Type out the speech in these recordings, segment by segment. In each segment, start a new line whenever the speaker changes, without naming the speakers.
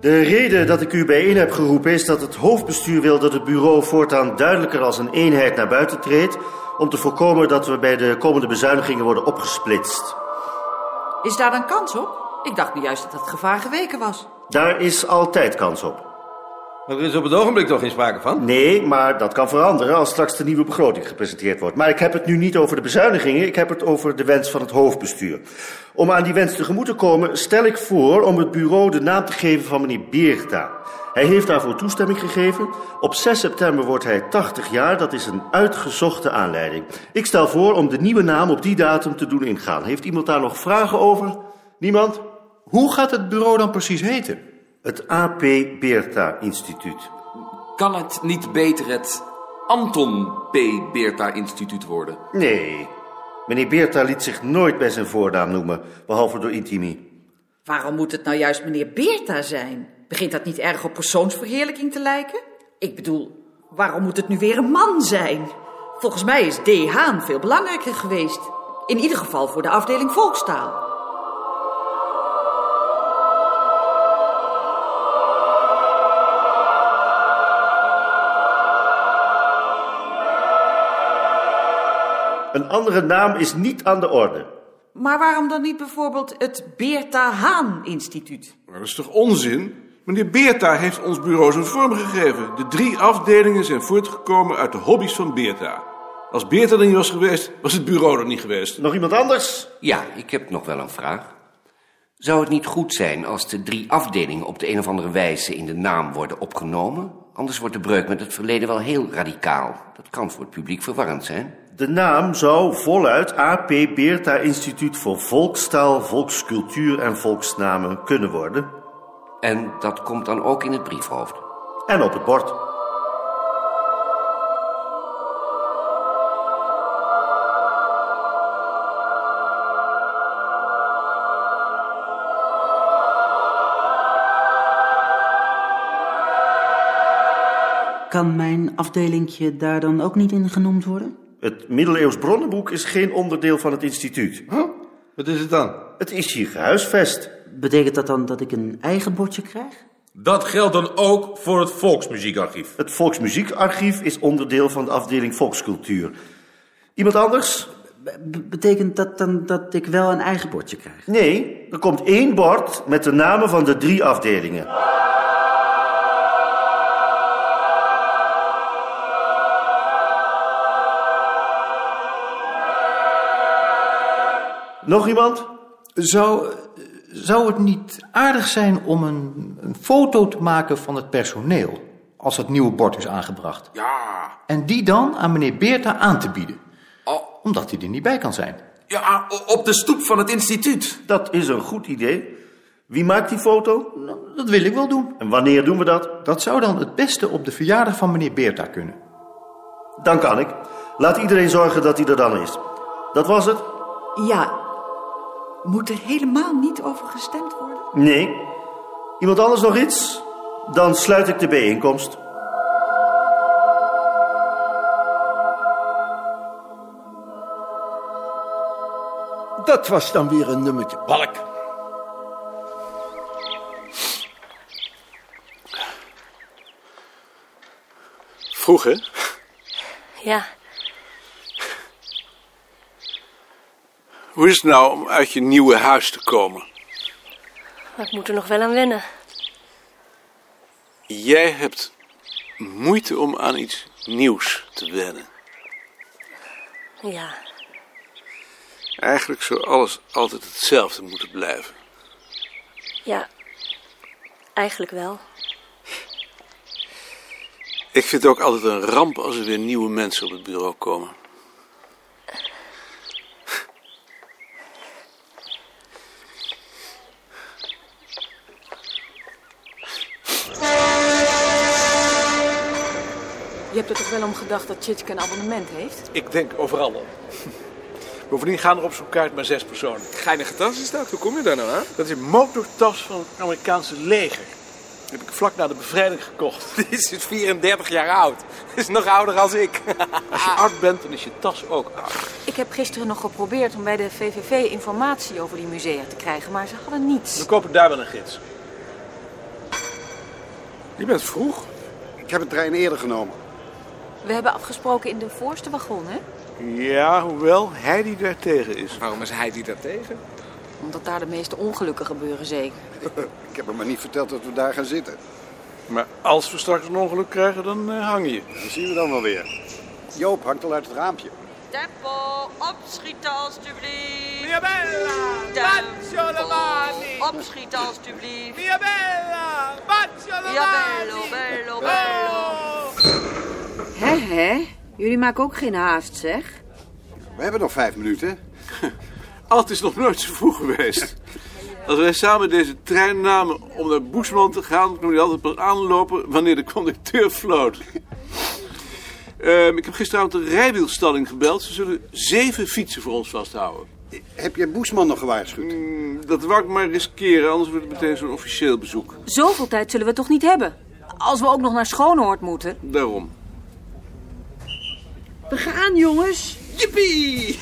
De reden dat ik u bijeen heb geroepen is dat het hoofdbestuur wil dat het bureau voortaan duidelijker als een eenheid naar buiten treedt. om te voorkomen dat we bij de komende bezuinigingen worden opgesplitst.
Is daar dan kans op? Ik dacht nu juist dat het gevaar geweken was.
Daar is altijd kans op.
Maar er is op het ogenblik toch geen sprake van?
Nee, maar dat kan veranderen als straks de nieuwe begroting gepresenteerd wordt. Maar ik heb het nu niet over de bezuinigingen, ik heb het over de wens van het hoofdbestuur. Om aan die wens tegemoet te komen, stel ik voor om het bureau de naam te geven van meneer Beerta. Hij heeft daarvoor toestemming gegeven. Op 6 september wordt hij 80 jaar, dat is een uitgezochte aanleiding. Ik stel voor om de nieuwe naam op die datum te doen ingaan. Heeft iemand daar nog vragen over? Niemand?
Hoe gaat het bureau dan precies heten?
Het AP Beerta Instituut.
Kan het niet beter het Anton P. Beerta Instituut worden?
Nee, meneer Beerta liet zich nooit bij zijn voornaam noemen, behalve door intimi.
Waarom moet het nou juist meneer Beerta zijn? Begint dat niet erg op persoonsverheerlijking te lijken? Ik bedoel, waarom moet het nu weer een man zijn? Volgens mij is D. Haan veel belangrijker geweest. In ieder geval voor de afdeling volkstaal.
Een andere naam is niet aan de orde.
Maar waarom dan niet bijvoorbeeld het Beerta Haan Instituut?
Maar dat is toch onzin? Meneer Beerta heeft ons bureau zijn vorm gegeven. De drie afdelingen zijn voortgekomen uit de hobby's van Beerta. Als Beerta er niet was geweest, was het bureau er niet geweest.
Nog iemand anders?
Ja, ik heb nog wel een vraag. Zou het niet goed zijn als de drie afdelingen op de een of andere wijze in de naam worden opgenomen? Anders wordt de breuk met het verleden wel heel radicaal. Dat kan voor het publiek verwarrend zijn.
De naam zou voluit AP Beerta Instituut voor Volkstaal, Volkscultuur en Volksnamen kunnen worden.
En dat komt dan ook in het briefhoofd.
En op het bord.
Kan mijn afdelingje daar dan ook niet in genoemd worden?
Het middeleeuws bronnenboek is geen onderdeel van het instituut.
Wat is het dan?
Het is hier gehuisvest.
Betekent dat dan dat ik een eigen bordje krijg?
Dat geldt dan ook voor het Volksmuziekarchief.
Het Volksmuziekarchief is onderdeel van de afdeling Volkscultuur. Iemand anders?
B- betekent dat dan dat ik wel een eigen bordje krijg?
Nee, er komt één bord met de namen van de drie afdelingen. Nog iemand?
Zou, zou het niet aardig zijn om een, een foto te maken van het personeel als dat nieuwe bord is aangebracht?
Ja,
En die dan aan meneer Beerta aan te bieden,
o-
omdat hij er niet bij kan zijn.
ja, o- op de stoep van het instituut.
Dat is een goed idee. Wie maakt die foto?
Nou, dat wil ik wel doen.
En wanneer doen we dat?
Dat zou dan het beste op de verjaardag van meneer Beerta kunnen.
Dan kan ik. Laat iedereen zorgen dat hij er dan is. Dat was het?
Ja, moet er helemaal niet over gestemd worden?
Nee. Iemand anders nog iets? Dan sluit ik de bijeenkomst.
Dat was dan weer een nummertje balk.
Vroeg, hè?
Ja,
Hoe is het nou om uit je nieuwe huis te komen?
maar ik moet er nog wel aan wennen.
Jij hebt moeite om aan iets nieuws te wennen.
Ja,
Eigenlijk zou alles altijd hetzelfde moeten blijven.
ja, eigenlijk wel.
Ik vind het ook altijd een ramp als er weer nieuwe mensen op het bureau komen.
Je hebt er toch wel om gedacht dat Chitske een abonnement heeft?
Ik denk overal op. Bovendien gaan er op zo'n kaart maar zes personen.
Geinige tas is dat. Hoe kom je daar nou aan?
Dat is een motortas van het Amerikaanse leger. Die heb ik vlak na de bevrijding gekocht.
Dit is 34 jaar oud. Is nog ouder als ik.
Als je oud bent, dan is je tas ook oud.
Ik heb gisteren nog geprobeerd om bij de VVV informatie over die musea te krijgen, maar ze hadden niets.
We kopen daar wel een gids.
Je bent vroeg.
Ik heb een trein eerder genomen.
We hebben afgesproken in de voorste wagon, hè?
Ja, hoewel Heidi daar tegen is.
Waarom is Heidi daar tegen?
Omdat daar de meeste ongelukken gebeuren, zeker.
Ik heb hem maar niet verteld dat we daar gaan zitten.
Maar als we straks een ongeluk krijgen, dan eh, hang je.
Dat zien we dan wel weer. Joop hangt al uit het raampje.
Tempo, opschieten alstublieft.
Mirabella, bacio le mani.
Opschieten alstublieft.
Mirabella, bacio le
Ja,
mani.
bello, bello, bello.
Hé, hé. Jullie maken ook geen haast, zeg.
We hebben nog vijf minuten.
Alt is nog nooit zo vroeg geweest. Als wij samen deze trein namen om naar Boesman te gaan, kwam hij altijd pas aanlopen wanneer de conducteur floot. Ehm, ik heb gisteravond de rijwielstalling gebeld. Ze zullen zeven fietsen voor ons vasthouden. Mm,
Heb je Boesman nog gewaarschuwd?
dat wou ik maar riskeren, anders wordt het meteen zo'n officieel bezoek.
Zoveel tijd zullen we toch niet hebben? Als we ook nog naar Schoonhoord moeten.
Daarom.
We gaan, jongens.
Jippie!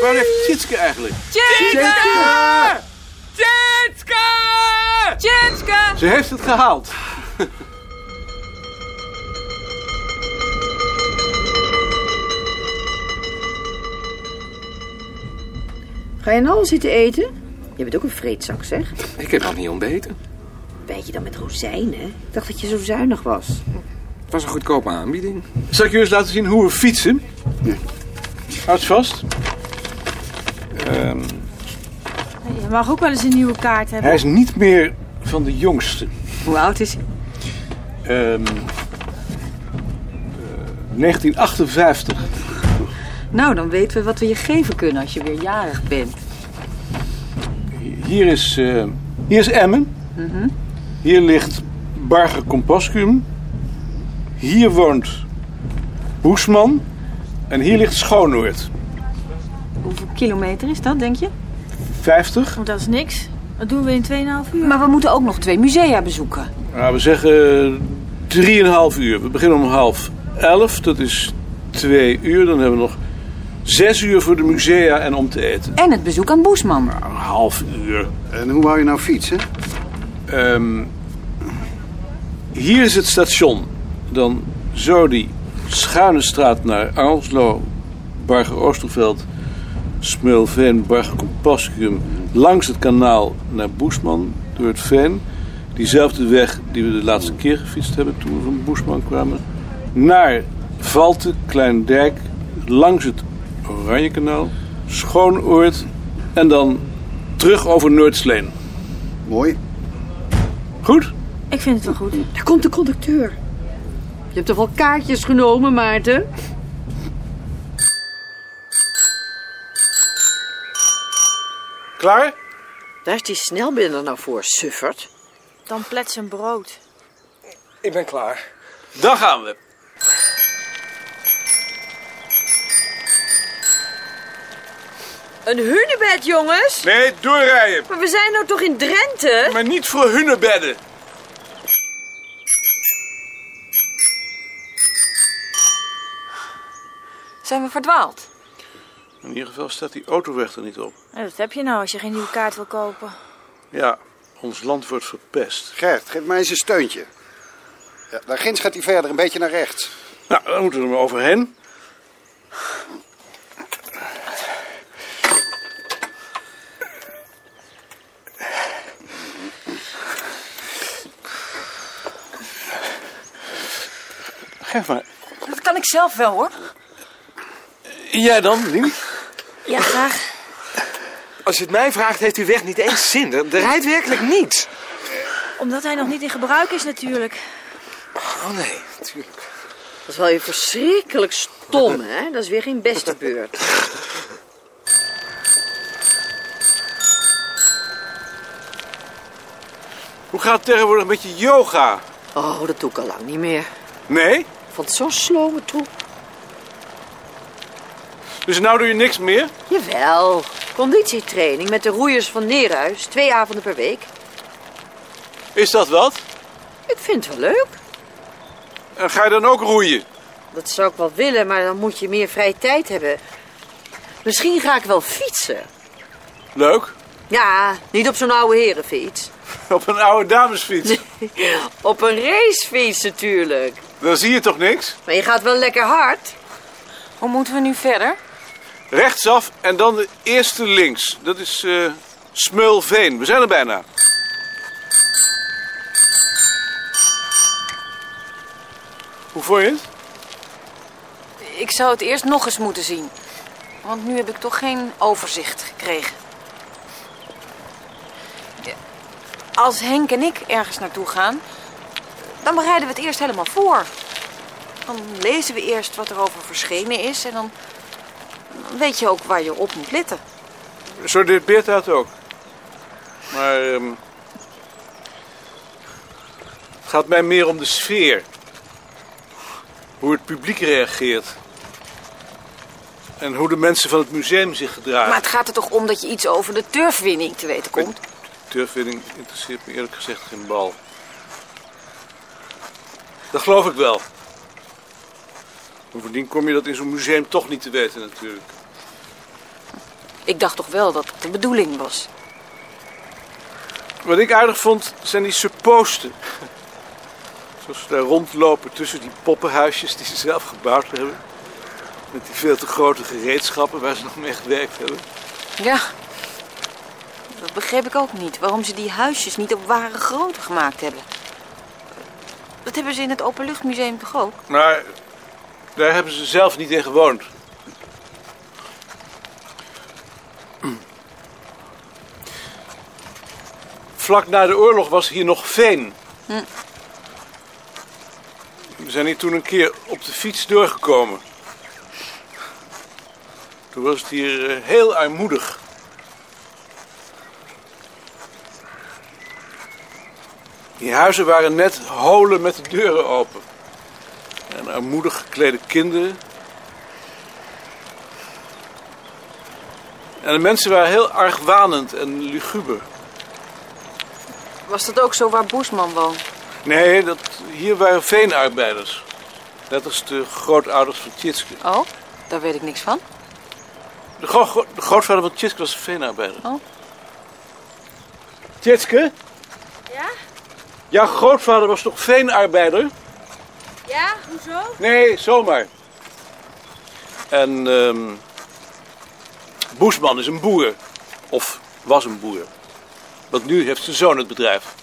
Waar heeft Tjitske eigenlijk?
Tjitske! Tjitske! Tjitske!
Ze heeft het gehaald.
Ga je nou al zitten eten? Je bent ook een vreedzak, zeg.
Ik heb nog niet ontbeten.
Weet je dan met rozijnen? Ik dacht dat je zo zuinig was.
Het was een goedkope aanbieding.
Zal ik jullie eens laten zien hoe we fietsen? Houd vast. Ehm,
Je mag ook wel eens een nieuwe kaart hebben.
hij is niet meer van de jongste.
Hoe oud is hij?
Ehm, eh, 1958.
Nou, dan weten we wat we je geven kunnen als je weer jarig bent.
Hier is, eh, hier is Emmen.
Mhm.
Hier ligt Barger Compascum. Hier woont Boesman. En hier ligt Schoonoord.
Hoeveel kilometer is dat, denk je? Oh,
50.
Dat is niks. Dat doen we in 2,5 uur. Maar we moeten ook nog twee musea bezoeken.
Nou, we zeggen 3,5 uur. We beginnen om half 11. Dat is 2 uur. Dan hebben we nog 6 uur voor de musea en om te eten.
En het bezoek aan Boesman.
Een half uur. Ehm,
En hoe wou je nou fietsen?
hier is het station. Dan zo die schuine straat naar Arnslo, Barger Oosterveld, Smeulveen, Barger Compascum. Langs het kanaal naar Boesman, door het Veen. Diezelfde weg die we de laatste keer gefietst hebben toen we van Boesman kwamen. Naar Valten, Kleindijk, langs het Oranjekanaal, Schoonoord en dan terug over Noordsleen.
Mooi.
Goed?
Ik vind het wel goed.
Daar komt de conducteur. Je hebt toch wel kaartjes genomen, Maarten?
Klaar?
Daar is die snelbinder nou voor, suffert.
Dan plets een brood.
Ik ben klaar.
Dan gaan we.
Een hunebed, jongens.
Nee, doorrijden.
Maar we zijn nou toch in Drenthe?
Maar niet voor hunnebedden.
Zijn we verdwaald?
In ieder geval staat die autoweg er niet op.
Dat heb je nou als je geen nieuwe kaart wil kopen.
Ja, ons land wordt verpest.
Gert, geef mij eens een steuntje. Ja, daar ginds gaat hij verder, een beetje naar rechts.
Nou, dan moeten we er maar overheen. Geef maar.
Dat kan ik zelf wel, hoor.
Jij dan, Lien?
Ja, graag.
Als je het mij vraagt, heeft uw weg niet eens zin. Er, er rijdt werkelijk niets.
Omdat hij nog niet in gebruik is, natuurlijk.
Oh nee, natuurlijk.
Dat is wel weer verschrikkelijk stom, hè? Dat is weer geen beste beurt.
Hoe gaat het tegenwoordig met je yoga?
Oh, dat doe ik al lang niet meer.
Nee?
Ik vond het zo'n slome troep.
Dus nou doe je niks meer?
Jawel. Conditietraining met de roeiers van Neerhuis. Twee avonden per week.
Is dat wat?
Ik vind het wel leuk.
En ga je dan ook roeien?
Dat zou ik wel willen, maar dan moet je meer vrije tijd hebben. Misschien ga ik wel fietsen.
Leuk.
Ja, niet op zo'n oude herenfiets.
Op een oude damesfiets.
Op een racefiets natuurlijk.
Dan zie je toch niks?
Maar je gaat wel lekker hard.
Hoe moeten we nu verder?
Rechtsaf en dan de eerste links. Dat is eh Smeulveen. We zijn er bijna. Hoe vond je het?
Ik zou het eerst nog eens moeten zien. Want nu heb ik toch geen overzicht gekregen. Ja, Als Henk en ik ergens naartoe gaan, dan bereiden we het eerst helemaal voor. Dan lezen we eerst wat er over verschenen is en dan dan weet je ook waar je op moet letten.
Zo deed Beerta het ook. Maar ehm, het gaat mij meer om de sfeer. Hoe het publiek reageert. En hoe de mensen van het museum zich gedragen.
Maar het gaat er toch om dat je iets over de turfwinning te weten komt?
Turfwinning interesseert me eerlijk gezegd geen bal. Dat geloof ik wel. Bovendien kom je dat in zo'n museum toch niet te weten natuurlijk.
Ik dacht toch wel dat het de bedoeling was.
Wat ik aardig vond, zijn die supposten. Zoals ze daar rondlopen tussen die poppenhuisjes die ze zelf gebouwd hebben. Met die veel te grote gereedschappen waar ze nog mee gewerkt hebben.
Ja, dat begreep ik ook niet. Waarom ze die huisjes niet op ware grootte gemaakt hebben. Dat hebben ze in het Openluchtmuseum toch ook?
Maar daar hebben ze zelf niet in gewoond. Vlak na de oorlog was hier nog veen.
Hm.
We zijn hier toen een keer op de fiets doorgekomen. Toen was het hier eh, heel armoedig. Die huizen waren net holen met de deuren open. En armoedig geklede kinderen. En de mensen waren heel argwanend en luguber.
Was dat ook zo waar Boesman woont?
Nee, dat, hier waren veenarbeiders. Net als de grootouders van Tjitske.
Oh, daar weet ik niks van.
De, gro- gro- de grootvader van Tjitske was een veenarbeider.
Oh.
Tjitske,
Ja?
jouw grootvader was toch veenarbeider?
Ja? Hoezo?
Nee, zomaar. En ehm, Boesman is een boer. Of was een boer. Want nu heeft zijn zoon het bedrijf.